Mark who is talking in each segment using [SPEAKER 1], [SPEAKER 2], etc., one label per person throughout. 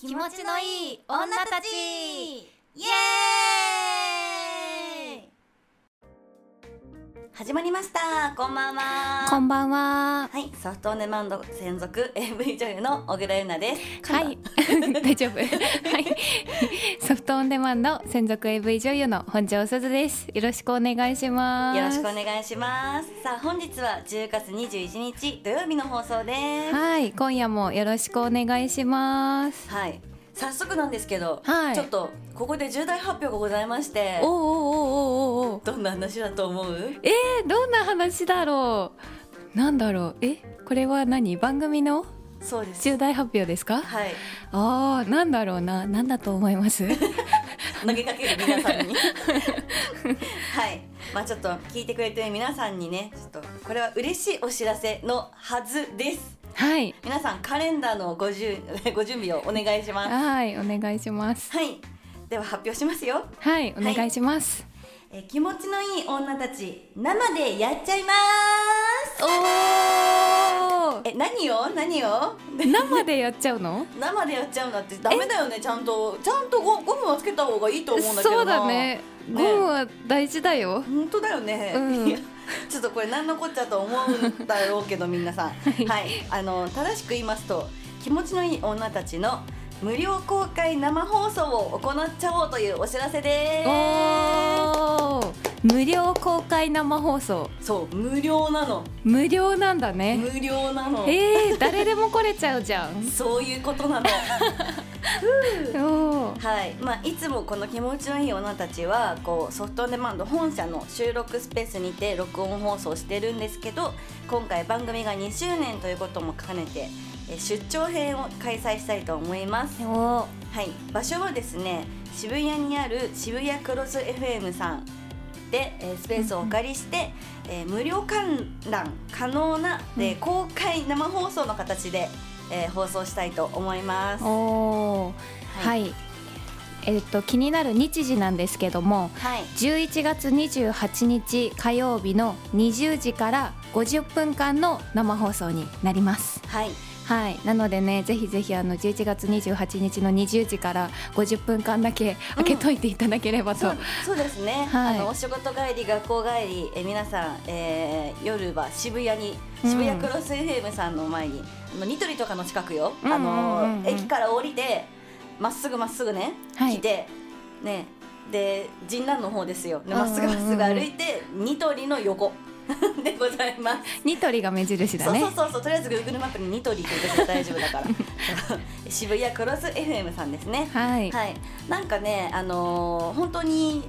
[SPEAKER 1] 気持ちのいい女たちイエーイ
[SPEAKER 2] 始まりましたこんばんは
[SPEAKER 1] こんばんは
[SPEAKER 2] はいソフトオンデマンド専属 AV 女優の小倉優奈です
[SPEAKER 1] はい、 大丈夫。はい、ソフトオンデマンド専属 AV 女優の本庄すずです。よろしくお願いします。
[SPEAKER 2] よろしくお願いしますさあ本日は10月21日土曜日の放送です
[SPEAKER 1] はい、今夜もよろしくお願いします。
[SPEAKER 2] はい早速なんですけど、
[SPEAKER 1] はい
[SPEAKER 2] ちょっとここで重大発表がございまして
[SPEAKER 1] おおおおおおお。
[SPEAKER 2] どんな話だと思う
[SPEAKER 1] えー、どんな話だろう。なんだろう。え、これは何？番組の
[SPEAKER 2] そうです
[SPEAKER 1] 重大発表ですか？
[SPEAKER 2] はい
[SPEAKER 1] ああ、なんだろうな。なんだと思い ます？
[SPEAKER 2] 投げかける皆さ んにはいまあちょっと聞いてくれてる皆さんにねちょっとこれは嬉しいお知らせのはずです
[SPEAKER 1] はい。
[SPEAKER 2] 皆さんカレンダーのごじゅ ご準備をお願いしま
[SPEAKER 1] はい、お願いします。
[SPEAKER 2] すはいでは発表しますよ
[SPEAKER 1] はい、お願いします。
[SPEAKER 2] えー気持ちのいい女たち生でやっちゃいまーす
[SPEAKER 1] おお。
[SPEAKER 2] え何を何を
[SPEAKER 1] 生でやっちゃうの？
[SPEAKER 2] 生でやっちゃうんだってダメだよねちゃんとちゃんとゴゴムはつけた方がいいと思うんだけどな
[SPEAKER 1] そうだねゴムは大事だよ、
[SPEAKER 2] 本当だよね、
[SPEAKER 1] うん
[SPEAKER 2] いや ちょっとこれ何のこっちゃと思うんだろうけど皆さんはい、あの正しく言いますと気持ちのいい女たちの無料公開生放送を行っちゃおうというお知らせです
[SPEAKER 1] おー無料公開生放送
[SPEAKER 2] そう無料なの
[SPEAKER 1] 無料なんだね
[SPEAKER 2] 無料なの
[SPEAKER 1] えー、誰でも来れちゃうじゃん
[SPEAKER 2] そういうことなの
[SPEAKER 1] おー
[SPEAKER 2] はい、まあ、いつもこの気持ちのいい女たちはこうソフトオンデマンド本社の収録スペースにて録音放送してるんですけど今回番組が2周年ということも兼ねてえ出張編を開催したいと思います、
[SPEAKER 1] お
[SPEAKER 2] はい、場所はですね渋谷にある渋谷クロス FM さんでえースペースをお借りして、えー無料観覧可能な、えー
[SPEAKER 1] うん
[SPEAKER 2] 公開生放送の形で、えー放送したいと思います。
[SPEAKER 1] おーはい、えっと気になる日時なんですけども
[SPEAKER 2] はい
[SPEAKER 1] 11月28日火曜日の20時から50分間の生放送になります
[SPEAKER 2] はい
[SPEAKER 1] はい、なのでね、ぜひぜひあの11月28日の20時から50分間だけ開けといていただければと、
[SPEAKER 2] そうそうですね、
[SPEAKER 1] はい
[SPEAKER 2] あのお仕事帰り学校帰りえ皆さん、えー夜は渋谷に
[SPEAKER 1] うん
[SPEAKER 2] 渋谷クロス FM さんの前に、あのニトリとかの近くよ、
[SPEAKER 1] うんうんうんうん
[SPEAKER 2] あの駅から降りてまっすぐまっすぐね、
[SPEAKER 1] はい
[SPEAKER 2] 来てねで神南の方ですよで
[SPEAKER 1] うん
[SPEAKER 2] ま
[SPEAKER 1] うんうん
[SPEAKER 2] っすぐまっすぐ歩いて、ニトリの横 でございます
[SPEAKER 1] ニトリが目印だ
[SPEAKER 2] そう
[SPEAKER 1] ね
[SPEAKER 2] そうそうそうとりあえず Google マップにニトリって言って大丈夫だから 渋谷クロス FM さんですね
[SPEAKER 1] はい、
[SPEAKER 2] はい、なんかね、あのー本当に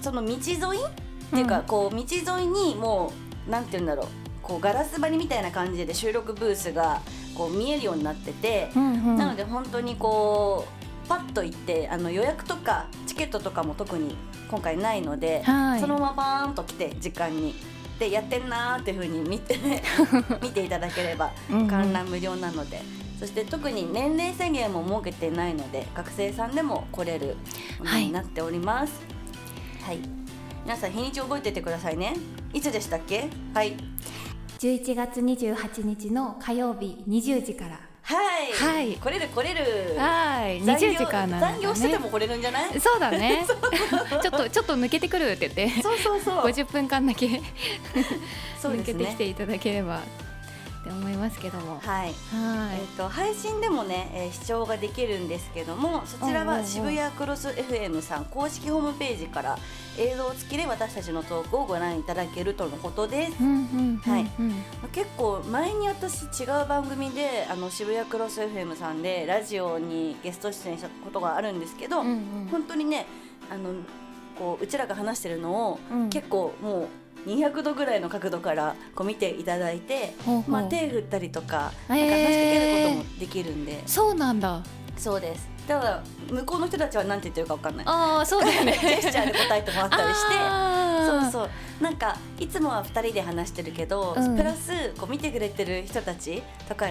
[SPEAKER 2] その道沿いっていうか、
[SPEAKER 1] うん
[SPEAKER 2] こう道沿いにもうなんて言うんだろうこうガラス張りみたいな感じで収録ブースがこう見えるようになってて、
[SPEAKER 1] うんうん、
[SPEAKER 2] なので本当にこうパッと行ってあの予約とかチケットとかも特に今回ないので、
[SPEAKER 1] はい
[SPEAKER 2] そのままバーンと来て時間に。でやってんなーっていう風に見て 見ていただければ
[SPEAKER 1] うんうん
[SPEAKER 2] 観覧無料なので、そして特に年齢制限も設けてないので学生さんでも来れるものになっておりますはい、皆さん日にち覚えててくださいねいつでしたっけはい
[SPEAKER 1] 11月28日の火曜日20時から
[SPEAKER 2] はい、
[SPEAKER 1] はい
[SPEAKER 2] 来れる来れる
[SPEAKER 1] はい
[SPEAKER 2] 残業
[SPEAKER 1] 20時からなんだ、ね、
[SPEAKER 2] 残業してても来れるんじゃない
[SPEAKER 1] そう だね ちょっとちょっと抜けてくるって言って
[SPEAKER 2] そうそうそう
[SPEAKER 1] 50分間だけ
[SPEAKER 2] そう
[SPEAKER 1] 抜
[SPEAKER 2] です
[SPEAKER 1] けてき
[SPEAKER 2] ね
[SPEAKER 1] ていただければって思いますけども
[SPEAKER 2] はい
[SPEAKER 1] は
[SPEAKER 2] え
[SPEAKER 1] い
[SPEAKER 2] っと配信でもね、えー視聴ができるんですけどもそちら
[SPEAKER 1] おうおうお
[SPEAKER 2] は
[SPEAKER 1] う
[SPEAKER 2] 渋谷クロス FM さん公式ホームページから映像付きで私たちのトークをご覧いただけるとのことです
[SPEAKER 1] うんうんうんうん
[SPEAKER 2] はい結構前に私違う番組であの渋谷クロス FM さんでラジオにゲスト出演したことがあるんですけど、
[SPEAKER 1] うんうん
[SPEAKER 2] 本当にねあのこううちらが話してるのを、
[SPEAKER 1] うん
[SPEAKER 2] 結構もう200度ぐらいの角度からこう見ていただいて、
[SPEAKER 1] ほうほう
[SPEAKER 2] まあ、手振ったりとかなんか話しか
[SPEAKER 1] へー
[SPEAKER 2] けることもできるんで、
[SPEAKER 1] そうなんだ
[SPEAKER 2] そうですただ向こうの人たちは何て言ってるか分かんない
[SPEAKER 1] ああそうだよ ね
[SPEAKER 2] ジェスチャーで答えてもらったりして。そう
[SPEAKER 1] う
[SPEAKER 2] そうなんかいつもは2人で話してるけど、
[SPEAKER 1] うん
[SPEAKER 2] プラスこう見てくれてる人たちとか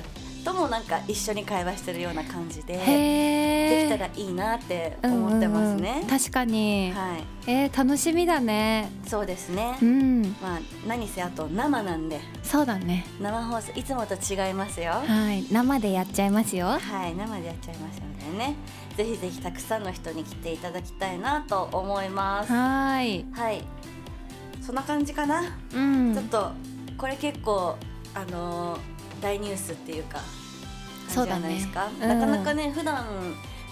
[SPEAKER 2] ともなんか一緒に会話してるような感じでで
[SPEAKER 1] へ
[SPEAKER 2] き
[SPEAKER 1] え
[SPEAKER 2] たらいいなって思ってますね。
[SPEAKER 1] 確かに、
[SPEAKER 2] はい
[SPEAKER 1] えー楽しみだね
[SPEAKER 2] そうですね、
[SPEAKER 1] うん
[SPEAKER 2] まあ何せあと生なんで
[SPEAKER 1] そうだね
[SPEAKER 2] 生放送いつもと違いますよ
[SPEAKER 1] はい生でやっちゃいますよ
[SPEAKER 2] はい生でやっちゃいますのでねぜひぜひたくさんの人に来ていただきたいなと思います
[SPEAKER 1] はーい
[SPEAKER 2] はいそんな感じかな、
[SPEAKER 1] うん
[SPEAKER 2] ちょっとこれ結構あのー大ニュースっていうか
[SPEAKER 1] そ
[SPEAKER 2] 感
[SPEAKER 1] う
[SPEAKER 2] じじゃ
[SPEAKER 1] だね
[SPEAKER 2] ないですか、
[SPEAKER 1] うん
[SPEAKER 2] なかなかね普段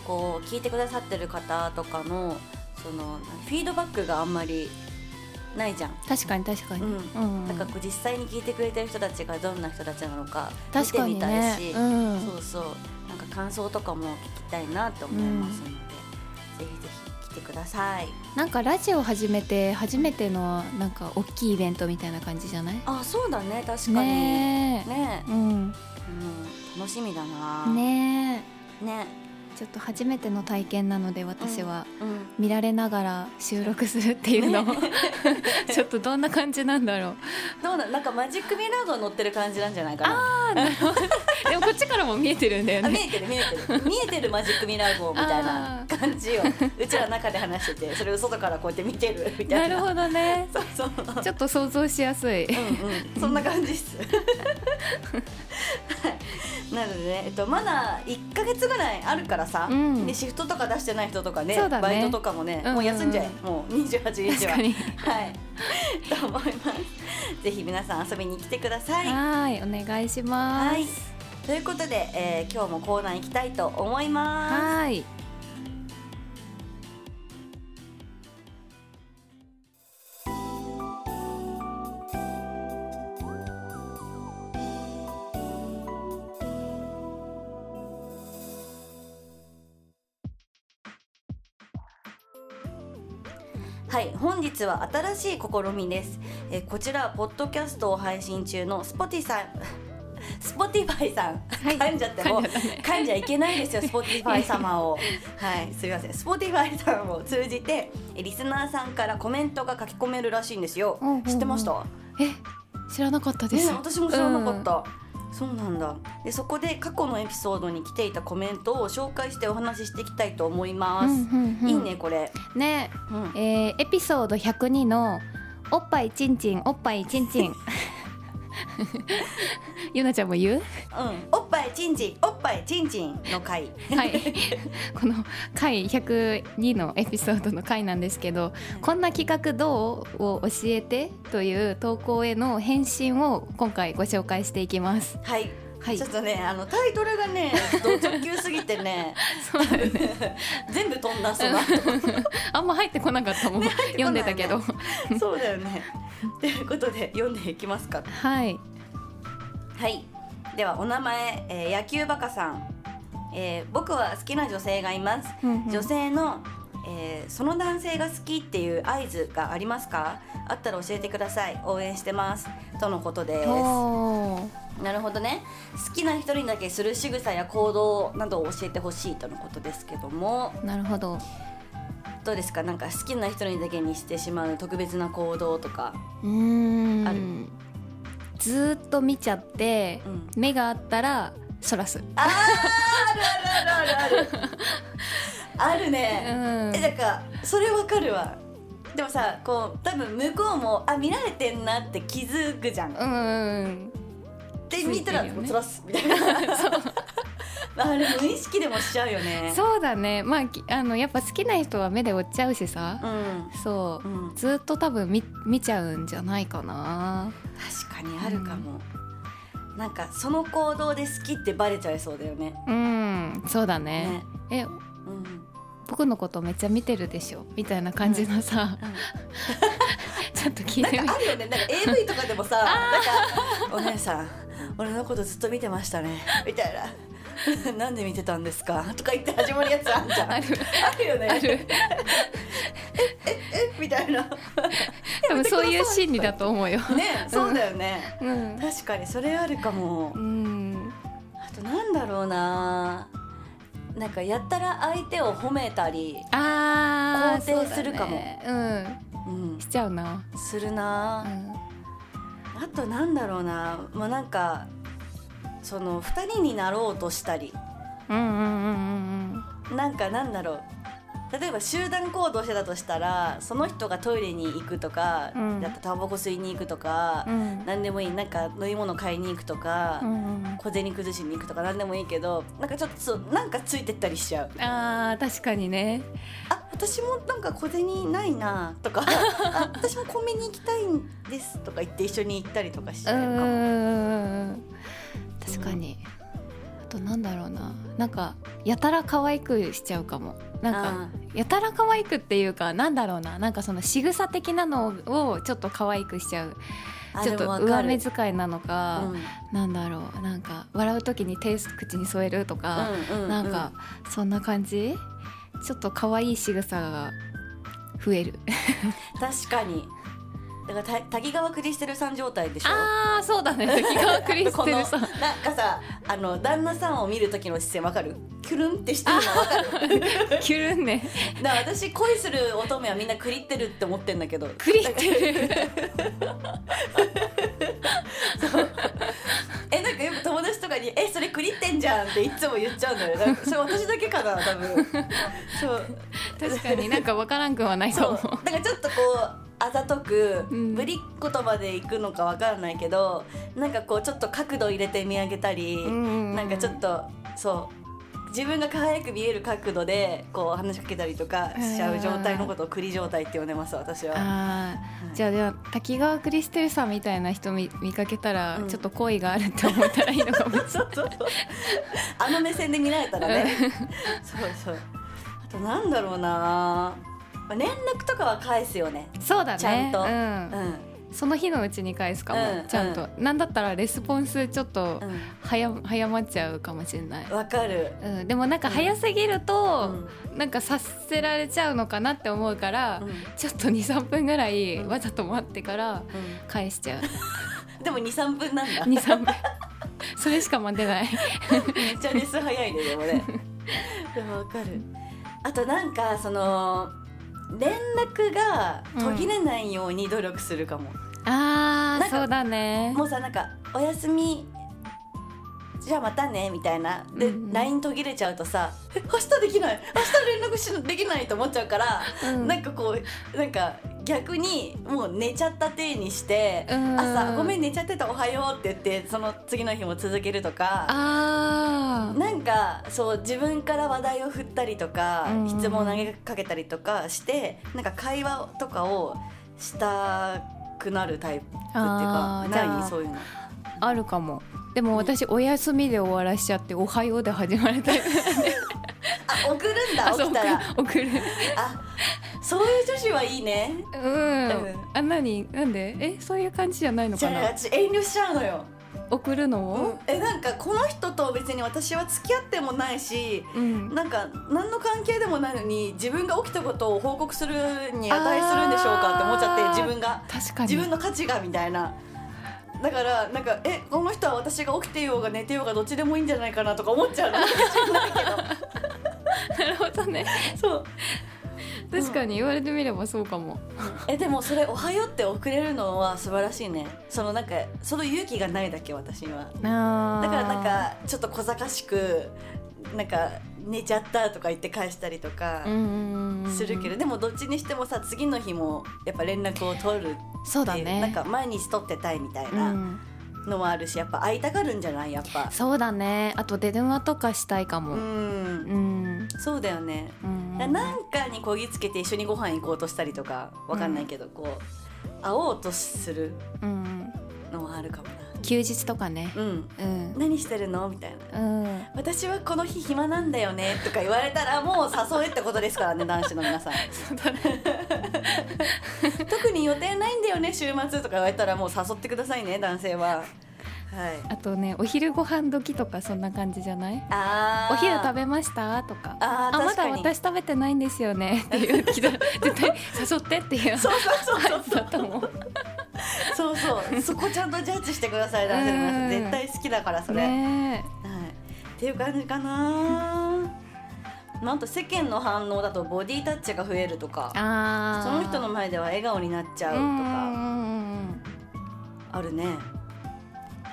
[SPEAKER 2] こう聞いてくださってる方とかのそのフィードバックがあんまりないじゃん
[SPEAKER 1] 確かに確かに、
[SPEAKER 2] うん
[SPEAKER 1] うん
[SPEAKER 2] なんかこう実際に聞いてくれてる人たちがどんな人たちなのか見
[SPEAKER 1] 確
[SPEAKER 2] て
[SPEAKER 1] か
[SPEAKER 2] み
[SPEAKER 1] に
[SPEAKER 2] たい
[SPEAKER 1] ね
[SPEAKER 2] し、
[SPEAKER 1] うん、
[SPEAKER 2] そうそうなんか感想とかも聞きたいなと思いますので、ぜひぜひ来てください
[SPEAKER 1] なんかラジオ始めて初めてのなんか大きいイベントみたいな感じじゃない
[SPEAKER 2] あそうだね確かにね
[SPEAKER 1] ねえうん
[SPEAKER 2] うん、楽しみだな
[SPEAKER 1] ね
[SPEAKER 2] ね
[SPEAKER 1] えちょっと初めての体験なので私は、
[SPEAKER 2] うん
[SPEAKER 1] 見られながら収録するっていうのを ちょっとどんな感じなんだろう
[SPEAKER 2] どうだなんかマジックミラーが乗ってる感じなんじゃないかな
[SPEAKER 1] でもこっちからも見えてるんだよ
[SPEAKER 2] あ見
[SPEAKER 1] ね
[SPEAKER 2] えてる見えてる見えてるマジックミラー号みたいな
[SPEAKER 1] あ
[SPEAKER 2] 感じようちら中で話しててそれを外からこうやって見てるみた
[SPEAKER 1] ない
[SPEAKER 2] な
[SPEAKER 1] るほどね
[SPEAKER 2] そうそう
[SPEAKER 1] ちょっと想像しやすい
[SPEAKER 2] うんうん、そんな感じっす。はい、なので、ね、えっと、まだ1か月ぐらいあるからさ、
[SPEAKER 1] うん
[SPEAKER 2] でシフトとか出してない人とかね
[SPEAKER 1] そうだね
[SPEAKER 2] バイトとかもね、
[SPEAKER 1] うんうん
[SPEAKER 2] もう休んじゃえもう28日
[SPEAKER 1] 確
[SPEAKER 2] は
[SPEAKER 1] か。に
[SPEAKER 2] はいと思い ます。ぜひ皆さん遊びに来てください。
[SPEAKER 1] はいお願いします
[SPEAKER 2] はいということで、えー今日もコーナー行きたいと思います。
[SPEAKER 1] はい
[SPEAKER 2] はい、本日は新しい試みです。えーこちらポッドキャストを配信中の Spotify スポティファイさん、
[SPEAKER 1] い
[SPEAKER 2] 噛んじゃっても
[SPEAKER 1] 噛んじゃったね
[SPEAKER 2] 噛んじゃいけない ですよ Spotify 様をはいすいません Spotify さんを通じてえーリスナーさんからコメントが書き込めるらしいんですよ、
[SPEAKER 1] うんうんうん
[SPEAKER 2] 知ってました
[SPEAKER 1] え知らなかったで
[SPEAKER 2] ね
[SPEAKER 1] す、
[SPEAKER 2] 私も知らなかった、そうなんだでそこで過去のエピソードに来ていたコメントを紹介してお話ししていきたいと思います、
[SPEAKER 1] うんうんうん
[SPEAKER 2] いいねこれ、
[SPEAKER 1] ね
[SPEAKER 2] うん
[SPEAKER 1] えーエピソード102の「おっぱいちんちんおっぱいちんち ん」ゆなちゃんも言う
[SPEAKER 2] うん、おっぱいちんちんおっぱいちんちんの回
[SPEAKER 1] はい、この回102のエピソードの回なんですけど「こんな企画どう?」を教えてという投稿への返信を今回ご紹介していきます。
[SPEAKER 2] はい、
[SPEAKER 1] はい
[SPEAKER 2] ちょっとねあのタイトルがね同直球すぎて ね
[SPEAKER 1] そうだよね、
[SPEAKER 2] 全部飛んだそ の後
[SPEAKER 1] あんま入ってこなかったもん、読んでたけど。
[SPEAKER 2] そうだよねということで読んでいきますか
[SPEAKER 1] はい、
[SPEAKER 2] はいではお名前、えー野球バカさん、えー僕は好きな女性がいます
[SPEAKER 1] うんうん
[SPEAKER 2] 女性の、えーその男性が好きっていう合図がありますかあったら教えてください応援してますとのことです
[SPEAKER 1] おー
[SPEAKER 2] なるほどね好きな人にだけする仕草や行動などを教えてほしいとのことですけども
[SPEAKER 1] なるほど
[SPEAKER 2] どうですかなんか好きな人にだけにしてしまう特別な行動とか、
[SPEAKER 1] うーん
[SPEAKER 2] ある
[SPEAKER 1] ずーっと見ちゃって、
[SPEAKER 2] うん
[SPEAKER 1] 目があったらそらす。
[SPEAKER 2] あーあるあるあるある あるある
[SPEAKER 1] う
[SPEAKER 2] ね、
[SPEAKER 1] ん
[SPEAKER 2] えだからそれわかるわでもさこう多分向こうもあ見られてんなって気づくじゃん
[SPEAKER 1] うんうん
[SPEAKER 2] で見たら
[SPEAKER 1] ついてるよね
[SPEAKER 2] つらすみたい なあれ無意識でもしちゃうよ
[SPEAKER 1] う
[SPEAKER 2] ね
[SPEAKER 1] ん、そうだねまあきあのやっぱ好きな人は目で追っちゃうしさ、
[SPEAKER 2] うん
[SPEAKER 1] そうう、
[SPEAKER 2] ん、
[SPEAKER 1] ずっと多分見見ちゃうんじゃないかな
[SPEAKER 2] 確かにあるかも、なんかその行動で好きってバレちゃいそうだよね
[SPEAKER 1] うんそうだね
[SPEAKER 2] ね、
[SPEAKER 1] え
[SPEAKER 2] うん、
[SPEAKER 1] 僕のことめっちゃ見てるでしょみたいな感じのさ、ちょっと聞いてみ
[SPEAKER 2] あるよねなんか AV とかでもさなんか「お姉さん俺のことずっと見てましたね」みたいな 「なんで見てたんですか?」とか言って始まるやつあんじゃん
[SPEAKER 1] ある
[SPEAKER 2] あるよね
[SPEAKER 1] あ る
[SPEAKER 2] えみたいな
[SPEAKER 1] 多分そういう心理だと思うよ
[SPEAKER 2] ね そうだよね、
[SPEAKER 1] うん、
[SPEAKER 2] 確かにそれあるかも
[SPEAKER 1] うん、
[SPEAKER 2] あとなんだろうななんかやったら相手を褒めたり、
[SPEAKER 1] あー
[SPEAKER 2] 肯定するかも
[SPEAKER 1] そうだね
[SPEAKER 2] うん
[SPEAKER 1] うん、しちゃうな、
[SPEAKER 2] するな
[SPEAKER 1] う、ん、
[SPEAKER 2] あとなんだろうなまあなんかその2人になろうとしたり
[SPEAKER 1] うんうんうんうんうん
[SPEAKER 2] なんかなんだろう例えば集団行動してたとしたらその人がトイレに行くとか、
[SPEAKER 1] うん
[SPEAKER 2] だったらタバコ吸いに行くとか、
[SPEAKER 1] うん
[SPEAKER 2] 何でもいいなんか飲み物買いに行くとか、
[SPEAKER 1] うんうん
[SPEAKER 2] 小銭崩しに行くとか何でもいいけどなんかちょっとそうなんかついてったりしちゃう
[SPEAKER 1] あー確かにね
[SPEAKER 2] あ私もなんか小銭ないなとか あ私もコンビニ行きたいんですとか言って一緒に行ったりとかし
[SPEAKER 1] う
[SPEAKER 2] ちゃうかも
[SPEAKER 1] ーん確かにあとなんだろうななんかやたら可愛くしちゃうかもなんか
[SPEAKER 2] あ
[SPEAKER 1] やたら可愛くっていうかなんだろうななんかその仕草的なのをちょっと可愛くしちゃう
[SPEAKER 2] ーあ
[SPEAKER 1] ちょっと
[SPEAKER 2] でもわか
[SPEAKER 1] 上
[SPEAKER 2] る
[SPEAKER 1] 目遣いなの
[SPEAKER 2] う
[SPEAKER 1] か
[SPEAKER 2] ん、
[SPEAKER 1] なんだろうなんか笑う時に手口に添えるとか、
[SPEAKER 2] うんう
[SPEAKER 1] なんかそんな感じちょっと可愛い仕草が増える
[SPEAKER 2] 確かにだからた滝川クリステルさん状態でしょ
[SPEAKER 1] あーそうだね滝川クリス
[SPEAKER 2] こ
[SPEAKER 1] テ
[SPEAKER 2] の なん
[SPEAKER 1] ルさ
[SPEAKER 2] か
[SPEAKER 1] ん
[SPEAKER 2] さあの旦那さんを見る時の視線わかるキュルンってしてるのわか る
[SPEAKER 1] キュルンね
[SPEAKER 2] だから私恋する乙女はみんなクリってるって思ってんだけど
[SPEAKER 1] クリテル
[SPEAKER 2] えなんかよく友達とかに「えそれクリってんじゃん」っていつも言っちゃうんだよなんかそれ私だけかな多分そう
[SPEAKER 1] 確かになんかわからんくはないか
[SPEAKER 2] そう
[SPEAKER 1] も
[SPEAKER 2] だからちょっとこうあざとく
[SPEAKER 1] うん
[SPEAKER 2] ぶりっ言葉でいくのかわからないけどなんかこうちょっと角度入れて見上げたり、なんかちょっとそう自分が輝く見える角度でこう話しかけたりとかしちゃう状態のことを栗状態って呼んでます私は。
[SPEAKER 1] あ
[SPEAKER 2] はい
[SPEAKER 1] ーじゃあでは滝川クリステルさんみたいな人見見かけたら
[SPEAKER 2] うん
[SPEAKER 1] ちょっと好意があるって思ったらいいのかも
[SPEAKER 2] そうそうそうあの目線で見られたらねそうそうあとなんだろうな連絡とかは返すよね
[SPEAKER 1] そうだね
[SPEAKER 2] ちゃんと
[SPEAKER 1] うん
[SPEAKER 2] う
[SPEAKER 1] その日のうちに返すかも、
[SPEAKER 2] うん
[SPEAKER 1] ちゃんと、なんだったらレスポンスちょっと
[SPEAKER 2] ん
[SPEAKER 1] 早,、早まっちゃうかもしれない
[SPEAKER 2] うん、わかる、
[SPEAKER 1] うん、でもなんか早すぎる
[SPEAKER 2] う
[SPEAKER 1] と
[SPEAKER 2] ん、
[SPEAKER 1] なんかさせられちゃうのかなって思うから、
[SPEAKER 2] うん
[SPEAKER 1] ちょっと23分ぐらい
[SPEAKER 2] うん
[SPEAKER 1] わざと待ってから
[SPEAKER 2] う
[SPEAKER 1] 返しちゃうん
[SPEAKER 2] でも23分なんだ
[SPEAKER 1] 23分 それしか待てない
[SPEAKER 2] めっちゃレス早いねでもねでもわかるあとなんかその連絡が途切れないように努力するかも、
[SPEAKER 1] あ
[SPEAKER 2] な
[SPEAKER 1] ー
[SPEAKER 2] んか
[SPEAKER 1] そうだね
[SPEAKER 2] もうさなんか「おやすみじゃあまたね」みたいなで、
[SPEAKER 1] うんうん
[SPEAKER 2] LINE 途切れちゃうとさ「え明日できない明日連絡しできない」と思っちゃうから、
[SPEAKER 1] うん
[SPEAKER 2] なんかこうなんか逆にもう寝ちゃった体にして、
[SPEAKER 1] うん
[SPEAKER 2] 朝「ごめん寝ちゃってたおはよう」って言ってその次の日も続けるとか。
[SPEAKER 1] あー
[SPEAKER 2] なんかそう自分から話題を振ったりとか、
[SPEAKER 1] うんうん
[SPEAKER 2] 質問を投げかけたりとかしてなんか会話とかをしたくなるタイプっていう
[SPEAKER 1] あ
[SPEAKER 2] か
[SPEAKER 1] ーじゃ
[SPEAKER 2] な
[SPEAKER 1] あ
[SPEAKER 2] いそういうの
[SPEAKER 1] あるかもでも私お休みで終わらしちゃって「おはよう」で始まれたり
[SPEAKER 2] あ送るん
[SPEAKER 1] あ
[SPEAKER 2] だ
[SPEAKER 1] そう
[SPEAKER 2] 起きたら
[SPEAKER 1] 送る
[SPEAKER 2] あそういう女子はいいね
[SPEAKER 1] うん、
[SPEAKER 2] うん
[SPEAKER 1] あ何なんでえそういう感じじゃないの
[SPEAKER 2] じ
[SPEAKER 1] か
[SPEAKER 2] ゃあ
[SPEAKER 1] な
[SPEAKER 2] 私遠慮しちゃうのよ、
[SPEAKER 1] 送るの
[SPEAKER 2] うん
[SPEAKER 1] を、
[SPEAKER 2] えなんかこの人と別に私は付き合ってもないし
[SPEAKER 1] うん
[SPEAKER 2] なんか何の関係でもないのに自分が起きたことを報告するに値するんでしょうかって思っちゃって
[SPEAKER 1] あー
[SPEAKER 2] 自分が。
[SPEAKER 1] 確かに
[SPEAKER 2] 自分の価値がみたいなだからなんかえこの人は私が起きてようが寝てようがどっちでもいいんじゃないかなとか思っちゃう の
[SPEAKER 1] なるほどね
[SPEAKER 2] そう
[SPEAKER 1] 確かに言われてみればそうかも、
[SPEAKER 2] えでもそれ「おはよう」って送れるのは素晴らしいねそのなんかその勇気がないだけ私には
[SPEAKER 1] あ
[SPEAKER 2] だ
[SPEAKER 1] ー
[SPEAKER 2] からなんかちょっと小賢しくなんか寝ちゃったとか言って返したりとか
[SPEAKER 1] うんうんうん
[SPEAKER 2] するけど、でもどっちにしてもさ次の日もやっぱ連絡を取るっていう
[SPEAKER 1] そうだね、
[SPEAKER 2] なんか毎日取ってたいみたいうなんのもあるし、やっぱ会いたがるんじゃないやっぱ
[SPEAKER 1] そうだねあと電話とかしたいかも、
[SPEAKER 2] うん
[SPEAKER 1] うん
[SPEAKER 2] そうだよね、
[SPEAKER 1] うん
[SPEAKER 2] だからなんかにこぎつけて一緒にご飯行こうとしたりとかわかんないけど、こう会おうとする
[SPEAKER 1] うん、
[SPEAKER 2] のはあるかもな
[SPEAKER 1] 休日とかね
[SPEAKER 2] うん
[SPEAKER 1] うん、
[SPEAKER 2] 何してるのみたいな
[SPEAKER 1] うん、
[SPEAKER 2] 私はこの日暇なんだよねとか言われた らもう誘えってことですからね男子の皆さん
[SPEAKER 1] そうだね
[SPEAKER 2] 特に予定ないんだよね週末とか言われたらもう誘ってくださいね男性ははい
[SPEAKER 1] あとねお昼ご飯時とかそんな感じじゃない
[SPEAKER 2] あー
[SPEAKER 1] お昼食べましたとか
[SPEAKER 2] あー
[SPEAKER 1] ま
[SPEAKER 2] 確
[SPEAKER 1] だ
[SPEAKER 2] かに
[SPEAKER 1] 私食べてないんです よねっていう来たら絶対誘ってっていう
[SPEAKER 2] そうそうそうそう
[SPEAKER 1] だと思う
[SPEAKER 2] そうそうそこちゃんとジャッジしてください男性の皆さん
[SPEAKER 1] うん
[SPEAKER 2] 絶対好きだからそれ、
[SPEAKER 1] ね
[SPEAKER 2] はい、っていう感じかな。なんと世間の反応だとボディタッチが増えるとか
[SPEAKER 1] え、あ
[SPEAKER 2] そ
[SPEAKER 1] ー
[SPEAKER 2] の人の前では笑顔になっちゃうと
[SPEAKER 1] うん
[SPEAKER 2] か
[SPEAKER 1] うんうんうん
[SPEAKER 2] あるね。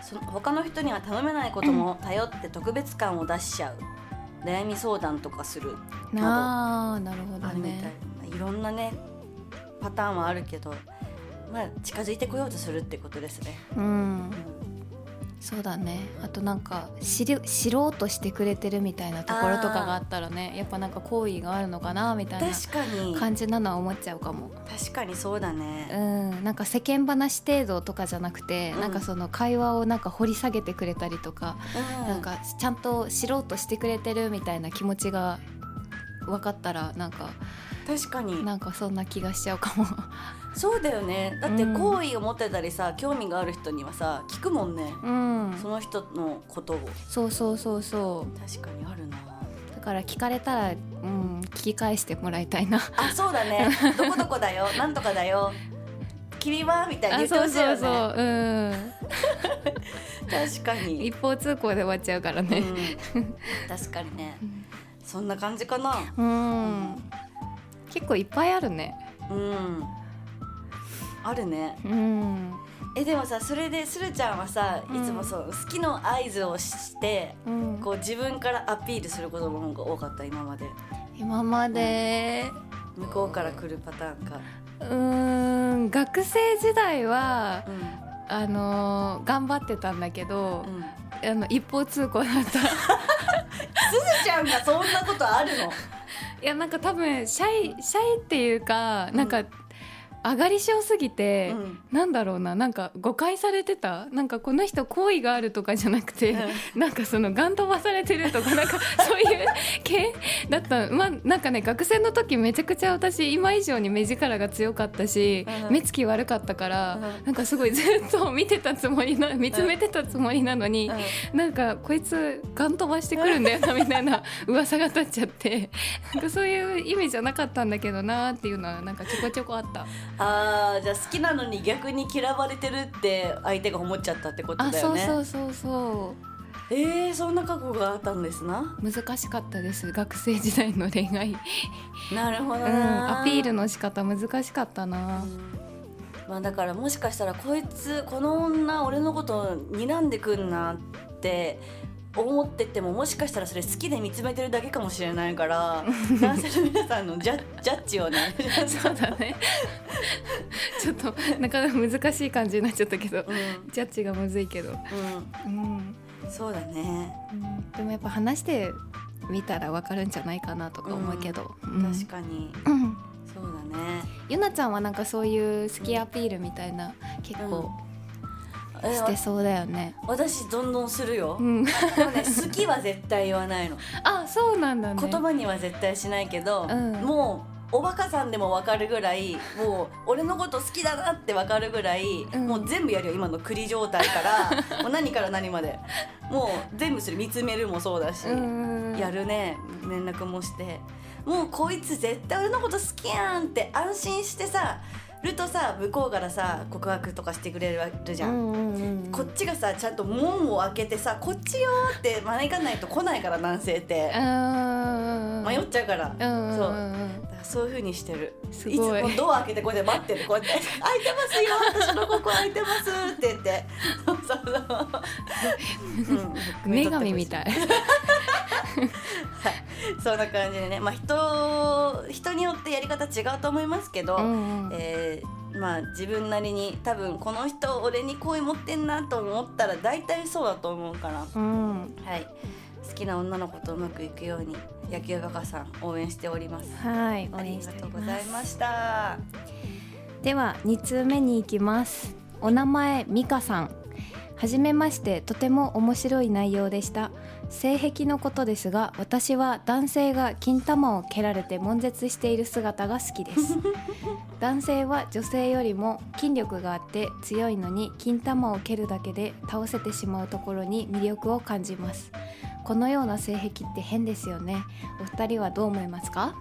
[SPEAKER 2] その他の人には頼めないことも頼って特別感を出しちゃう悩み相談とかするな
[SPEAKER 1] あーなるほ
[SPEAKER 2] ど
[SPEAKER 1] ど
[SPEAKER 2] あるみたい
[SPEAKER 1] ね
[SPEAKER 2] ないろんなねパターンはあるけどまあ近づいてこようとするってことですね。
[SPEAKER 1] うん
[SPEAKER 2] うん
[SPEAKER 1] そうだねあとなんか知り知ろうとしてくれてるみたいなところとかがあったらねやっぱなんか好意があるのかなみたいな
[SPEAKER 2] 確かに
[SPEAKER 1] 感じなのは思っちゃうかも
[SPEAKER 2] 確かにそうだ
[SPEAKER 1] う
[SPEAKER 2] ね。
[SPEAKER 1] んなんか世間話程度とかじゃなくて、
[SPEAKER 2] うん
[SPEAKER 1] なんかその会話をなんか掘り下げてくれたりとか、
[SPEAKER 2] うん
[SPEAKER 1] なんかちゃんと知ろうとしてくれてるみたいな気持ちが分かったらなんか
[SPEAKER 2] 確かに
[SPEAKER 1] なんかそんな気がしちゃうか も
[SPEAKER 2] そうだよねだって
[SPEAKER 1] うん
[SPEAKER 2] 好意を持ってたりさ興味がある人にはさ聞くもんね
[SPEAKER 1] うん
[SPEAKER 2] その人のことを
[SPEAKER 1] そうそうそうそ
[SPEAKER 2] 確かにあるな
[SPEAKER 1] うだから聞かれたらうん聞き返してもらいたいな
[SPEAKER 2] あそうだ ねどこどこだよなんとかだよ君はみたいに言ってほしいよね
[SPEAKER 1] あそうそうそううん
[SPEAKER 2] 確かに、
[SPEAKER 1] 一方通行で終わっちゃうから
[SPEAKER 2] う
[SPEAKER 1] ね
[SPEAKER 2] ん、確かにねそんな感じかな
[SPEAKER 1] うん、結構いっぱいあるね
[SPEAKER 2] うんあるね
[SPEAKER 1] うん
[SPEAKER 2] えでもさそれでするちゃんはさいつもそう、好きの合図をして
[SPEAKER 1] うん
[SPEAKER 2] こう自分からアピールすることの方が多かった今まで
[SPEAKER 1] 今まで
[SPEAKER 2] 向こうから来るパターンか、
[SPEAKER 1] うーん学生時代は
[SPEAKER 2] うん
[SPEAKER 1] あのー頑張ってたんだけど、
[SPEAKER 2] うん、
[SPEAKER 1] あの一方通行だった い
[SPEAKER 2] すずちゃんがそんなことあるの
[SPEAKER 1] やなんか多分シャイシャイっていうかなんか、上がり症すぎて、
[SPEAKER 2] うん
[SPEAKER 1] なんだろうななんか誤解されてたなんかこの人好意があるとかじゃなくて、なんかそのガン飛ばされてるとかなんかそういう系だった まあなんかね学生の時めちゃくちゃ私今以上に目力が強かったし、
[SPEAKER 2] うん
[SPEAKER 1] 目つき悪かったから、
[SPEAKER 2] うん
[SPEAKER 1] なんかすごいずっと見てたつもりな見つめてたつもりなのに、なんかこいつガン飛ばしてくるんだよなみたいな 噂が立っちゃってなんかそういう意味じゃなかったんだけどなーっていうのはなんかちょこちょこあった。
[SPEAKER 2] あーじゃあ好きなのに逆に嫌われてるって相手が思っちゃったってこと
[SPEAKER 1] あ
[SPEAKER 2] だ
[SPEAKER 1] そ
[SPEAKER 2] よ
[SPEAKER 1] う
[SPEAKER 2] ね
[SPEAKER 1] そうそうそ
[SPEAKER 2] え
[SPEAKER 1] う
[SPEAKER 2] ー、そんな過去があったんですな
[SPEAKER 1] 難しかったです学生時代の恋愛。
[SPEAKER 2] なるほど
[SPEAKER 1] うん、
[SPEAKER 2] な、
[SPEAKER 1] アピールの仕方難しかったな
[SPEAKER 2] う。んまあだからもしかしたらこいつこの女俺のこと睨んでくんなって思っててももしかしたらそれ好きで見つめてるだけかもしれないから男性の皆さんのジャッジャッジをね
[SPEAKER 1] そうだね。 ちょっとなかなか難しい感じになっちゃったけど
[SPEAKER 2] う、ん、
[SPEAKER 1] ジャッジがむずいけど。
[SPEAKER 2] う
[SPEAKER 1] うん。
[SPEAKER 2] ん、そうだね
[SPEAKER 1] うんでもやっぱ話してみたらわかるんじゃないかなとか思うけど。うん
[SPEAKER 2] 確かに、
[SPEAKER 1] うん
[SPEAKER 2] そうだね
[SPEAKER 1] ゆなちゃんはなんかそういう好きアピールみたいな結構
[SPEAKER 2] え
[SPEAKER 1] してそうだよね。
[SPEAKER 2] 私どんどんするよ、
[SPEAKER 1] うん。
[SPEAKER 2] でもね好きは絶対言わないの、
[SPEAKER 1] あ、そうなんだね。
[SPEAKER 2] 言葉には絶対しないけど、
[SPEAKER 1] うん
[SPEAKER 2] もうおバカさんでも分かるぐらいもう俺のこと好きだなって分かるぐらい、
[SPEAKER 1] うん
[SPEAKER 2] もう全部やるよ今の栗状態から もう何から何までもう全部する見つめるもそうだし、
[SPEAKER 1] うん。
[SPEAKER 2] や。るね連絡もしてもうこいつ絶対俺のこと好きやんって安心してさるとさ向こうからさ告白とかしてくれるじ
[SPEAKER 1] う
[SPEAKER 2] ゃん、
[SPEAKER 1] んうんうん。
[SPEAKER 2] こっちがさちゃんと門を開けてさこっちよーって招かないと来ないから男性って
[SPEAKER 1] うん。
[SPEAKER 2] 迷っちゃうから、
[SPEAKER 1] うんうんうん。
[SPEAKER 2] そう
[SPEAKER 1] うん。
[SPEAKER 2] だからそういう風にしてる
[SPEAKER 1] すごい
[SPEAKER 2] いつもドア開けてこうやって待って るこうやって「開いてますよ私のここ開いてます」って言 ってそうそうそう、うん
[SPEAKER 1] 女神みたい。
[SPEAKER 2] そんな感じでねまあ人人によってやり方違うと思いますけど、
[SPEAKER 1] うんうん
[SPEAKER 2] えーまあ自分なりに多分この人俺に好意持ってんなと思ったら大体そうだと思うから
[SPEAKER 1] うん、
[SPEAKER 2] はい好きな女の子とうまくいくように野球バカさん応援しております
[SPEAKER 1] はい、。
[SPEAKER 2] ありがとうございますした
[SPEAKER 1] では、二通目に行きます。お名前、ミカさん。はじめまして、とても面白い内容でした。性癖のことですが、私は男性が金玉を蹴られて悶絶している姿が好き です。男性は女性よりも筋力があって強いのに金玉を蹴るだけで倒せてしまうところに魅力を感じます。このような性癖って変ですよね。お二人はどう思いますか？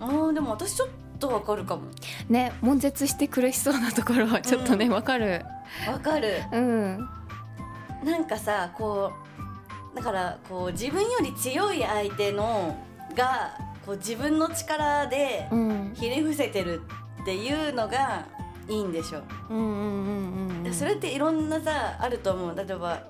[SPEAKER 2] あーでも私ちょっとわかるかも
[SPEAKER 1] ね悶絶して苦しそうなところはちょっとね
[SPEAKER 2] うん
[SPEAKER 1] わ、かる
[SPEAKER 2] わかる
[SPEAKER 1] うん
[SPEAKER 2] なんかさこうだからこう自分より強い相手のがこう自分の力で
[SPEAKER 1] うん
[SPEAKER 2] ひれ伏せてるっていうのがいいんでしょう
[SPEAKER 1] うんうんうんうん
[SPEAKER 2] それっていろんなさあると思う例えば、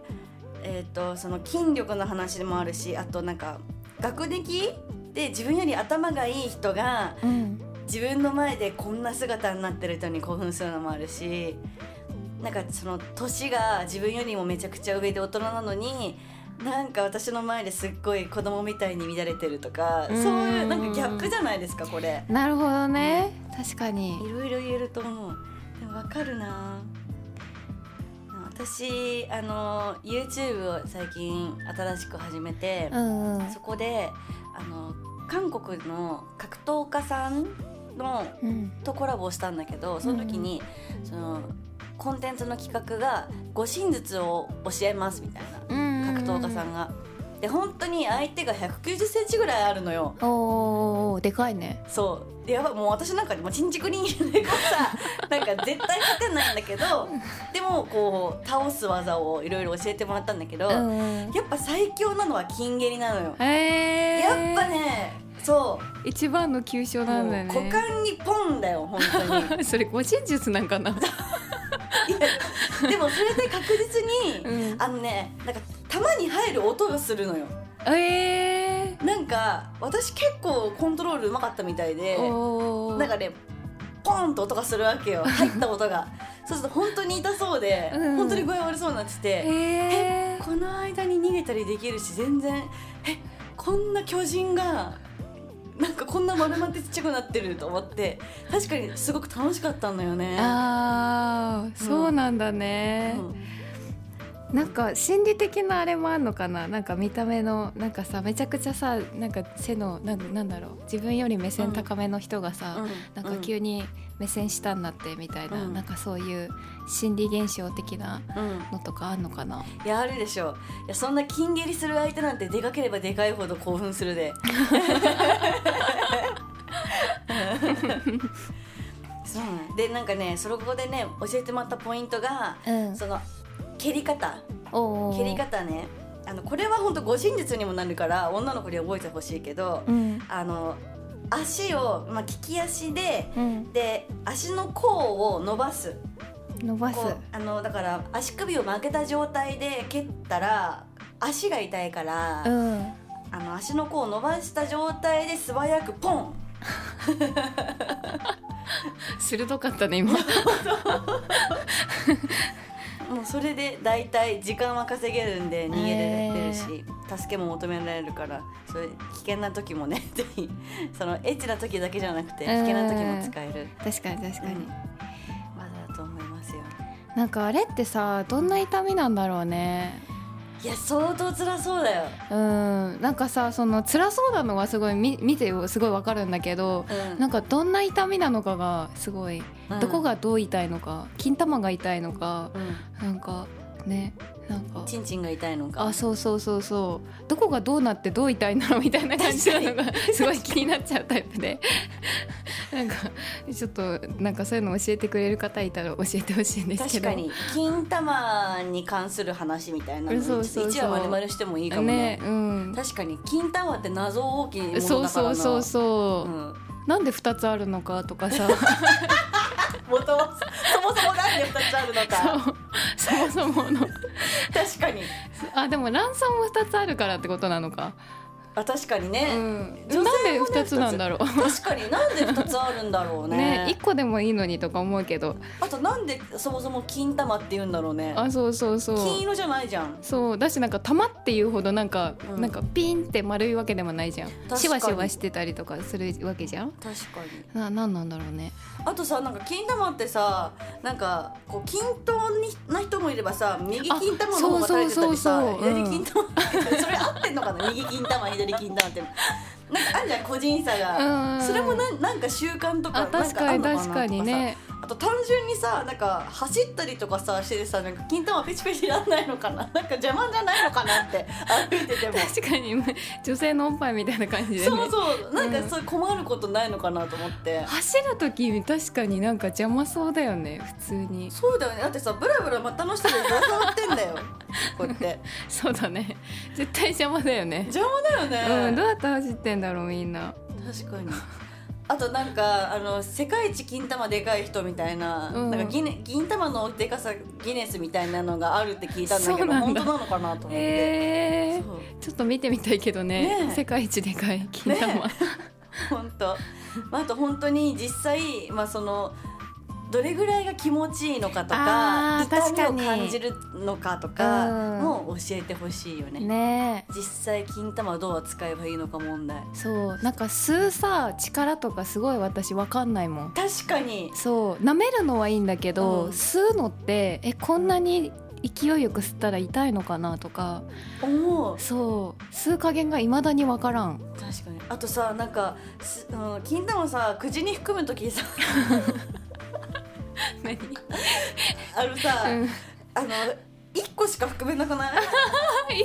[SPEAKER 2] えー、とその筋力の話もあるしあとなんか学歴で自分より頭がいい人が
[SPEAKER 1] うん
[SPEAKER 2] 自分の前でこんな姿になってる人に興奮するのもあるしなんかその年が自分よりもめちゃくちゃ上で大人なのになんか私の前ですっごい子供みたいに乱れてるとか
[SPEAKER 1] うん
[SPEAKER 2] そういうなんかギャップじゃないですかこれ。
[SPEAKER 1] なるほどね確か
[SPEAKER 2] い
[SPEAKER 1] に
[SPEAKER 2] ろいろ言えると思うでもわかるな私あの YouTube を最近新しく始めて
[SPEAKER 1] う、んうん
[SPEAKER 2] そこであの韓国の格闘家さんの
[SPEAKER 1] うん
[SPEAKER 2] とコラボしたんだけどその時に、そのコンテンツの企画が「護身術を教えます」みたいな格闘家さんが。で本当に相手が1 9 0ンチぐらいあるのよ。
[SPEAKER 1] おおでかいね
[SPEAKER 2] そうでやばいもう私なんかもうちんちくりんじゃないからさなんか絶対勝てないんだけどでもこう倒す技をいろいろ教えてもらったんだけど、や
[SPEAKER 1] ん
[SPEAKER 2] っぱ最強なのは金蹴りなのよ、
[SPEAKER 1] へえ
[SPEAKER 2] やっぱねそう
[SPEAKER 1] 一番の急所なんだよね
[SPEAKER 2] もう股間にポンだよ本当 に
[SPEAKER 1] それ護身術なん かな、
[SPEAKER 2] でもそれで確実に、
[SPEAKER 1] ん、
[SPEAKER 2] あのねなんか弾に入る音がするのよ
[SPEAKER 1] え
[SPEAKER 2] なんか私結構コントロールうまかったみたいで
[SPEAKER 1] ー、おお
[SPEAKER 2] なんかねポンと音がするわ けよ入った音がそうすると本当に痛そうで、
[SPEAKER 1] うん
[SPEAKER 2] 本当に具合悪そうになってて、
[SPEAKER 1] え
[SPEAKER 2] この間に逃げたりできるし全然えこんな巨人がなんかこんな丸まってちっちゃくなってると思って確かにすごく楽しかったんだよね。
[SPEAKER 1] あーそうなんだ
[SPEAKER 2] うん
[SPEAKER 1] ね、なんか心理的なあれもあんのかななんか見た目のなんかさめちゃくちゃさなんか背のなんなんだろう自分より目線高めの人がさ、
[SPEAKER 2] う
[SPEAKER 1] なんか急に目線下になってみたいな、
[SPEAKER 2] うん
[SPEAKER 1] なんかそういう心理現象的な
[SPEAKER 2] うん
[SPEAKER 1] のとかあんのかな、
[SPEAKER 2] いやあるでしょういやそんな金蹴りする相手なんてでかければでかいほど興奮する でそうなんでなんかねそこでね教えてもらったポイントが
[SPEAKER 1] うん
[SPEAKER 2] その蹴り方
[SPEAKER 1] おー
[SPEAKER 2] 蹴り方ねあのこれは本当護身術にもなるから女の子に覚えてほしいけど
[SPEAKER 1] うん
[SPEAKER 2] あの足を、まあ、利き足で
[SPEAKER 1] うん
[SPEAKER 2] で足の甲を伸ばす
[SPEAKER 1] 伸ばす
[SPEAKER 2] こうあのだから足首を曲げた状態で蹴ったら足が痛いから、
[SPEAKER 1] うん
[SPEAKER 2] あの足の甲を伸ばした状態で素早くポン
[SPEAKER 1] 鋭かったね今
[SPEAKER 2] もうそれで大体時間は稼げるんで逃げられてるし、助けも求められるからそういう危険な時もね ぜひそのエッチな時だけじゃなくて危険な時も使える、
[SPEAKER 1] 確かに確かに、
[SPEAKER 2] うんまだだと思いますよ
[SPEAKER 1] なんかあれってさどんな痛みなんだろうね
[SPEAKER 2] いや相当辛そうだよ、
[SPEAKER 1] うんなんかさその辛そうなのはすごい見見てすごいわかるんだけど
[SPEAKER 2] うん
[SPEAKER 1] なんかどんな痛みなのかがすごい、
[SPEAKER 2] うん
[SPEAKER 1] どこがどう痛いのか金玉が痛いのか
[SPEAKER 2] うん
[SPEAKER 1] なんかねなんか
[SPEAKER 2] チンチンが痛いのか
[SPEAKER 1] あそうそうそうそうどこがどうなってどう痛いんだろうみたいな感じなの がすごい気になっちゃうタイプで なんかちょっとなんかそういうの教えてくれる方いたら教えてほしいんです
[SPEAKER 2] 確
[SPEAKER 1] けど
[SPEAKER 2] かに金玉に関する話みたいなのに
[SPEAKER 1] そうそうそう
[SPEAKER 2] 一話丸々してもいいかもね
[SPEAKER 1] ねうん
[SPEAKER 2] 確かに金玉って謎大きいものだから
[SPEAKER 1] そう
[SPEAKER 2] な
[SPEAKER 1] そうそうそうう、
[SPEAKER 2] ん、
[SPEAKER 1] なんで2つあるのかと かさ
[SPEAKER 2] 元はそもそもなんで2つあるのか
[SPEAKER 1] そうそもそもの
[SPEAKER 2] 確かに
[SPEAKER 1] あでも卵巣も2つあるからってことなのか、
[SPEAKER 2] あ確かに
[SPEAKER 1] う
[SPEAKER 2] ね、
[SPEAKER 1] ん、
[SPEAKER 2] 女性もね
[SPEAKER 1] なんで2つなんだろ
[SPEAKER 2] 確かになんで2つあるんだろう
[SPEAKER 1] う
[SPEAKER 2] ね
[SPEAKER 1] ね一1個でもいいのにとか思うけど
[SPEAKER 2] あとなんでそもそも金玉って言うんだろうね
[SPEAKER 1] あそうそうそう
[SPEAKER 2] 金色じゃないじゃん
[SPEAKER 1] そうだしなんか玉っていうほどなんか、
[SPEAKER 2] うん
[SPEAKER 1] なんかピンって丸いわけでもないじゃ
[SPEAKER 2] か
[SPEAKER 1] ん
[SPEAKER 2] に
[SPEAKER 1] シワシワしてたりとかするわけじゃん
[SPEAKER 2] 確かに
[SPEAKER 1] ななんなんだろうね
[SPEAKER 2] あとさなんか金玉ってさなんかこう均等にな人もいればさ右金玉の方が垂れてたり
[SPEAKER 1] あ
[SPEAKER 2] さ
[SPEAKER 1] そうそうそうそううん
[SPEAKER 2] 左金玉、それ合ってんのかな右金玉左金玉ってなんかあんじゃん個人差
[SPEAKER 1] う
[SPEAKER 2] が
[SPEAKER 1] ん
[SPEAKER 2] それもなんなんか習慣とか
[SPEAKER 1] あ確かに
[SPEAKER 2] なんあんの
[SPEAKER 1] 確
[SPEAKER 2] な
[SPEAKER 1] かにね
[SPEAKER 2] とかさあと単純にさなんか走ったりとかさしててさなんか金玉ペチペチやんないのかななんか邪魔じゃないのかなって歩いてても。
[SPEAKER 1] 確かにね女性のおっぱいみたいな感じで、ね、
[SPEAKER 2] そうそうなんかそう困ることないのかなと思って、
[SPEAKER 1] 走る時に確かになんか邪魔そうだよね普通に
[SPEAKER 2] そうだよねだってさブラブラ股の下でぶら下がってん だよこうやって
[SPEAKER 1] そうだね絶対邪魔だよね
[SPEAKER 2] 邪魔だよ
[SPEAKER 1] うん
[SPEAKER 2] ね、
[SPEAKER 1] どうやって走ってんだろうみんな
[SPEAKER 2] 確かにあとなんかあの世界一金玉でかい人みたいな,、
[SPEAKER 1] うん
[SPEAKER 2] なんかギネ銀玉のでかさギネスみたいなのがあるって聞いたんだけ
[SPEAKER 1] そう
[SPEAKER 2] ど
[SPEAKER 1] なん
[SPEAKER 2] 本
[SPEAKER 1] だ
[SPEAKER 2] 当なのかなと思って、
[SPEAKER 1] え
[SPEAKER 2] そう
[SPEAKER 1] ー、ちょっと見てみたいけどね
[SPEAKER 2] ねえ
[SPEAKER 1] 世界一でかい金玉、
[SPEAKER 2] ね本当、まあ、あと本当に実際、まあ、そのどれぐらいが気持ちいいのかとか
[SPEAKER 1] あー
[SPEAKER 2] 痛みを
[SPEAKER 1] 確かに
[SPEAKER 2] 感じるのかとか
[SPEAKER 1] うん
[SPEAKER 2] も教えてほしいよね
[SPEAKER 1] ねえ
[SPEAKER 2] 実際金玉をどう使えばいいのか問題
[SPEAKER 1] そうなんか吸うさ力とかすごい私わかんないもん
[SPEAKER 2] 確かに
[SPEAKER 1] そう舐めるのはいいんだけど、
[SPEAKER 2] うん
[SPEAKER 1] 吸うのってえこんなに勢いよく吸ったら痛いのかなとか
[SPEAKER 2] 思う
[SPEAKER 1] そう吸う加減がいまだにわからん
[SPEAKER 2] 確かにあとさなんかすあの金玉さ口に含む時さ
[SPEAKER 1] 何、
[SPEAKER 2] あのさ、
[SPEAKER 1] うん、
[SPEAKER 2] あの1個しか含めなくない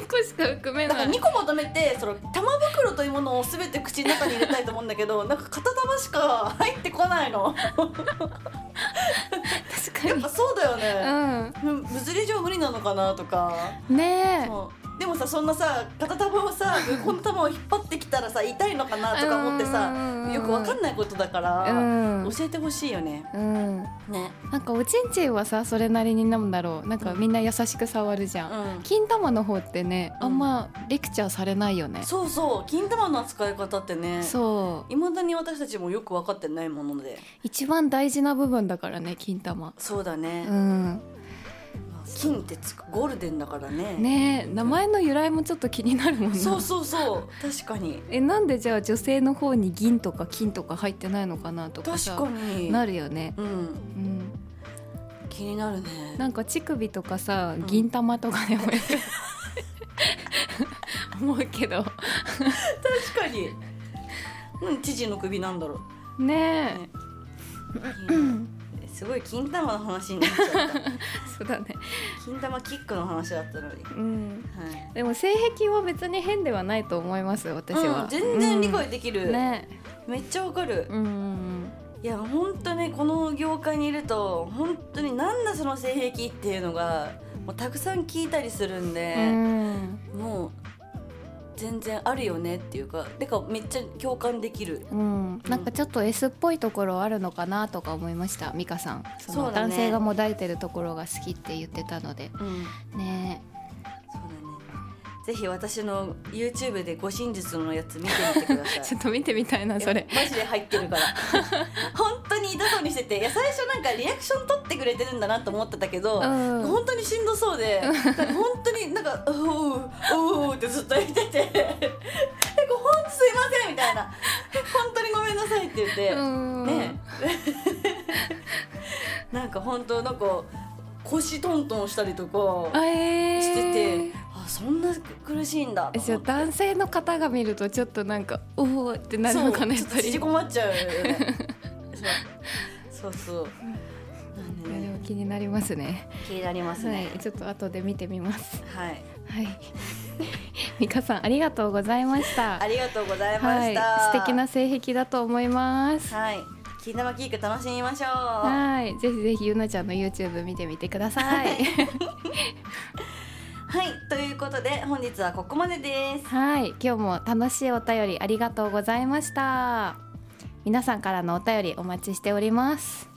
[SPEAKER 1] 1個しか含め
[SPEAKER 2] なん
[SPEAKER 1] な
[SPEAKER 2] か
[SPEAKER 1] い
[SPEAKER 2] 2個まとめてその玉袋というものを全て口の中に入れたいと思うんだけどなんか片玉しか入ってこないの
[SPEAKER 1] 確か
[SPEAKER 2] やっぱそうだよね、
[SPEAKER 1] に
[SPEAKER 2] む物理上無理なのかなとか、
[SPEAKER 1] うんねえ
[SPEAKER 2] そうでもさそんなさ片玉をさこの玉を引っ張ってきたらさ痛いのかなとか思ってさよくわかんないことだから、
[SPEAKER 1] うん
[SPEAKER 2] 教えてほしいよね
[SPEAKER 1] うん
[SPEAKER 2] ね
[SPEAKER 1] なんかおちんちんはさそれなりになんだろうなんかみんな優しく触るじゃん、
[SPEAKER 2] うん
[SPEAKER 1] 金玉の方ってねあんまレクチャーされないよね、
[SPEAKER 2] そうそう金玉の扱い方ってね
[SPEAKER 1] そう
[SPEAKER 2] いまだに私たちもよく分かってないもので
[SPEAKER 1] 一番大事な部分だからね金玉
[SPEAKER 2] そうだね、
[SPEAKER 1] うん
[SPEAKER 2] 金ってつくゴールデンだからね
[SPEAKER 1] ねえ名前の由来もちょっと気になるもんね
[SPEAKER 2] そうそうそう確かに
[SPEAKER 1] えなんでじゃあ女性の方に銀とか金とか入ってないのかなとか
[SPEAKER 2] 確
[SPEAKER 1] さ
[SPEAKER 2] かに
[SPEAKER 1] なるよね、
[SPEAKER 2] うん
[SPEAKER 1] うん、
[SPEAKER 2] 気になるね
[SPEAKER 1] なんか乳首とかさ
[SPEAKER 2] うん
[SPEAKER 1] 銀玉とかでも 思うけど
[SPEAKER 2] 確かにうん知事の首なんだろ
[SPEAKER 1] ねえ、
[SPEAKER 2] ねう、すごい金玉の話になっちゃった
[SPEAKER 1] そうだね、
[SPEAKER 2] 金玉キックの話だったのに、は
[SPEAKER 1] うん、
[SPEAKER 2] い、
[SPEAKER 1] でも性癖は別に変ではないと思います私は、
[SPEAKER 2] うん全然理解できる、
[SPEAKER 1] うんね
[SPEAKER 2] めっちゃわかる、
[SPEAKER 1] うん
[SPEAKER 2] いや本当ねこの業界にいると本当になんだその性癖っていうのがもうたくさん聞いたりするんで、
[SPEAKER 1] うん
[SPEAKER 2] もう全然あるよねっていうかてかめっちゃ共感できる
[SPEAKER 1] うん、なんかちょっと S っぽいところあるのかなとか思いました美香さんそ
[SPEAKER 2] そ
[SPEAKER 1] の
[SPEAKER 2] うだね
[SPEAKER 1] 男性がもだれてるところが好きって言ってたので
[SPEAKER 2] うんそ
[SPEAKER 1] ね
[SPEAKER 2] うだねぜひ私の YouTube で護身術のやつ見てみてください
[SPEAKER 1] ちょっと見てみたいなそれ
[SPEAKER 2] いやマジで入ってる から本当に痛そうにしてていや最初なんかリアクション取ってくれてるんだなと思ってたけど、
[SPEAKER 1] うん
[SPEAKER 2] 本当にしんどそうでなんか本当になんか「おうおうおう」ってずっと言って て「えごほんとすいません」みたいな「え本当にごめんなさい」って言って、
[SPEAKER 1] うん
[SPEAKER 2] ね えなんか本当なんか腰トントンしたりとか
[SPEAKER 1] あえー
[SPEAKER 2] してて、あそんな苦しいんだと
[SPEAKER 1] じゃ
[SPEAKER 2] 思
[SPEAKER 1] あ
[SPEAKER 2] って
[SPEAKER 1] 男性の方が見るとちょっとなんかおおってなる
[SPEAKER 2] そう
[SPEAKER 1] のかな
[SPEAKER 2] ち
[SPEAKER 1] や
[SPEAKER 2] ょっ
[SPEAKER 1] っぱ
[SPEAKER 2] と
[SPEAKER 1] り
[SPEAKER 2] 縮
[SPEAKER 1] いや
[SPEAKER 2] こまっちゃうよねそうそうそうなんで
[SPEAKER 1] で
[SPEAKER 2] ね
[SPEAKER 1] も気になりますね
[SPEAKER 2] 気になります
[SPEAKER 1] は
[SPEAKER 2] ね
[SPEAKER 1] いちょっと後で見てみます
[SPEAKER 2] はい、
[SPEAKER 1] はい 美香さんありがとうございました
[SPEAKER 2] ありがとうございました、
[SPEAKER 1] はい、素敵な性癖だと思います
[SPEAKER 2] はい金玉キック楽しみましょうは
[SPEAKER 1] はい、ぜひぜひゆなちゃんの YouTube 見てみてください。
[SPEAKER 2] いということで本日はここまでです
[SPEAKER 1] はい、今日も楽しいお便りありがとうございました。皆さんからのお便りお待ちしております。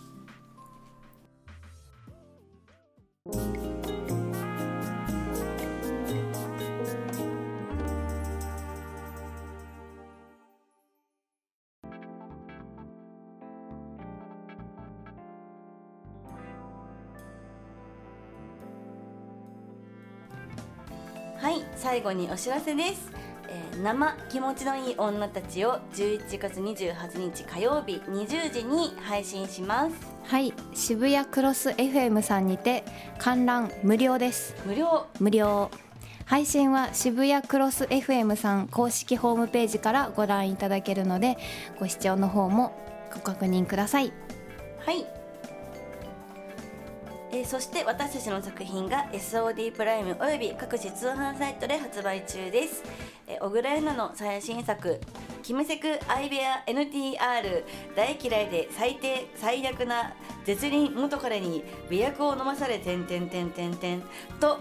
[SPEAKER 2] はい、最後にお知らせです。えー生気持ちのいい女たちを11月28日火曜日20時に配信します。
[SPEAKER 1] はい、渋谷クロス FM さんにて観覧無料です。
[SPEAKER 2] 無料。
[SPEAKER 1] 無料。配信は渋谷クロス FM さん公式ホームページからご覧いただけるので、ご視聴の方もご確認ください。
[SPEAKER 2] はい。えーそして私たちの作品が SOD プライムおよび各種通販サイトで発売中です。えー小倉優奈の最新作「キムセクアイベア NTR 大嫌いで最低最悪な絶倫元彼に媚薬を飲まされてんてんてんてんてん」と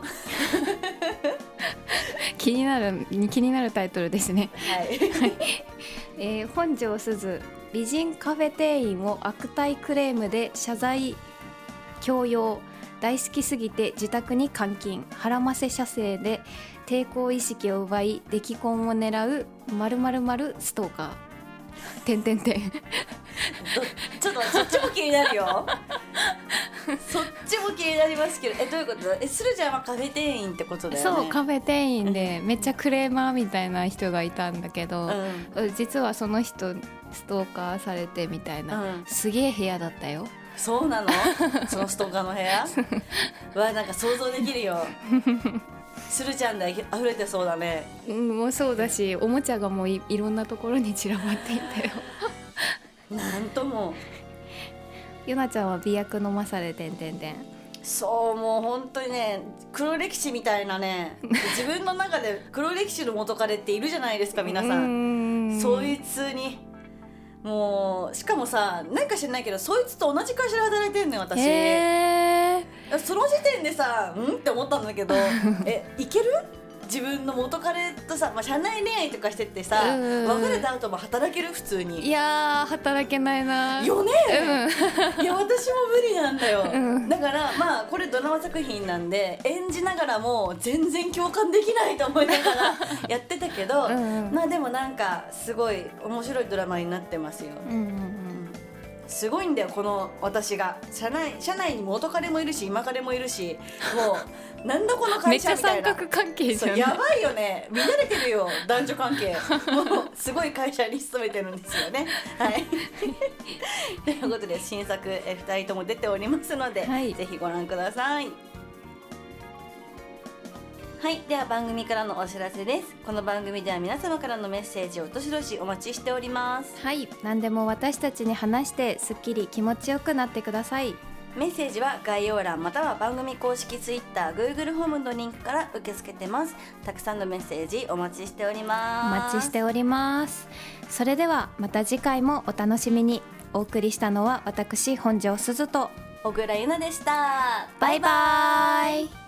[SPEAKER 1] 気になる気になるタイトルですね。
[SPEAKER 2] はい、
[SPEAKER 1] えー本庄すず美人カフェ店員を悪態クレームで謝罪強要大好きすぎて自宅に監禁腹ませ射精で抵抗意識を奪い出来婚を狙うまるまるまるストーカー。てんてんてん
[SPEAKER 2] ちょっとそっちも気になる よそっちも気になりますけどえどういうことえスルちゃんはカフェ店員ってことだよね
[SPEAKER 1] そうカフェ店員でめっちゃクレーマーみたいな人がいたんだけど、
[SPEAKER 2] うん
[SPEAKER 1] 実はその人ストーカーされてみたいな、
[SPEAKER 2] うん
[SPEAKER 1] すげえ部屋だったよ
[SPEAKER 2] そうなのそのストーカーの部屋はなんか想像できるよスルちゃんで溢れてそうだね
[SPEAKER 1] うんもうそうだしおもちゃがもういいろんなところに散らばっていたよ
[SPEAKER 2] なんとも
[SPEAKER 1] ゆなちゃんは美薬飲まされてんてんてん
[SPEAKER 2] そうもう本当にね黒歴史みたいなね自分の中で黒歴史の元彼っているじゃないですか皆さん
[SPEAKER 1] ん
[SPEAKER 2] そ
[SPEAKER 1] いう
[SPEAKER 2] いつにもうしかもさなんか知らないけどそいつと同じ会社で働いてんのよ私
[SPEAKER 1] へー
[SPEAKER 2] その時点でさうんって思ったんだ けどえいける自分の元彼とさ、まあ、社内恋愛とかしてってさ
[SPEAKER 1] うんうんうん
[SPEAKER 2] 別れた後も働ける普通
[SPEAKER 1] い
[SPEAKER 2] に
[SPEAKER 1] やー働けないな
[SPEAKER 2] よね
[SPEAKER 1] うん
[SPEAKER 2] いや私も無理なんだよ、
[SPEAKER 1] うん
[SPEAKER 2] だからまあこれドラマ作品なんで演じながらも全然共感できないと思いながらやってたけど、
[SPEAKER 1] うんうん
[SPEAKER 2] まあでもなんかすごい面白いドラマになってますよ、
[SPEAKER 1] うんうん
[SPEAKER 2] すごいんだよこの私が社内社内に元彼もいるし今彼もいる しもうなんだこの
[SPEAKER 1] うんめ
[SPEAKER 2] 会
[SPEAKER 1] っちゃ
[SPEAKER 2] 社みたい
[SPEAKER 1] 三
[SPEAKER 2] な
[SPEAKER 1] 角関係じ
[SPEAKER 2] そ
[SPEAKER 1] ゃ
[SPEAKER 2] うんやばいよね見慣れてるよ男女関係もうすごい会社に勤めてるんですよねはい ということで新作え2人とも出ておりますので、
[SPEAKER 1] はい
[SPEAKER 2] ぜひご覧くださいはいでは番組からのお知らせですこの番組では皆様からのメッセージをどしどしお待ちしております
[SPEAKER 1] はい何でも私たちに話してすっきり気持ちよくなってください
[SPEAKER 2] メッセージは概要欄または番組公式 TwitterGoogle ホームのリンクから受け付けてますたくさんのメッセージお待ちしており
[SPEAKER 1] お
[SPEAKER 2] ます
[SPEAKER 1] 待ちしておりますそれではまた次回もお楽しみにお送りしたのは私本庄すずと
[SPEAKER 2] 小倉優奈でした
[SPEAKER 1] バイバイ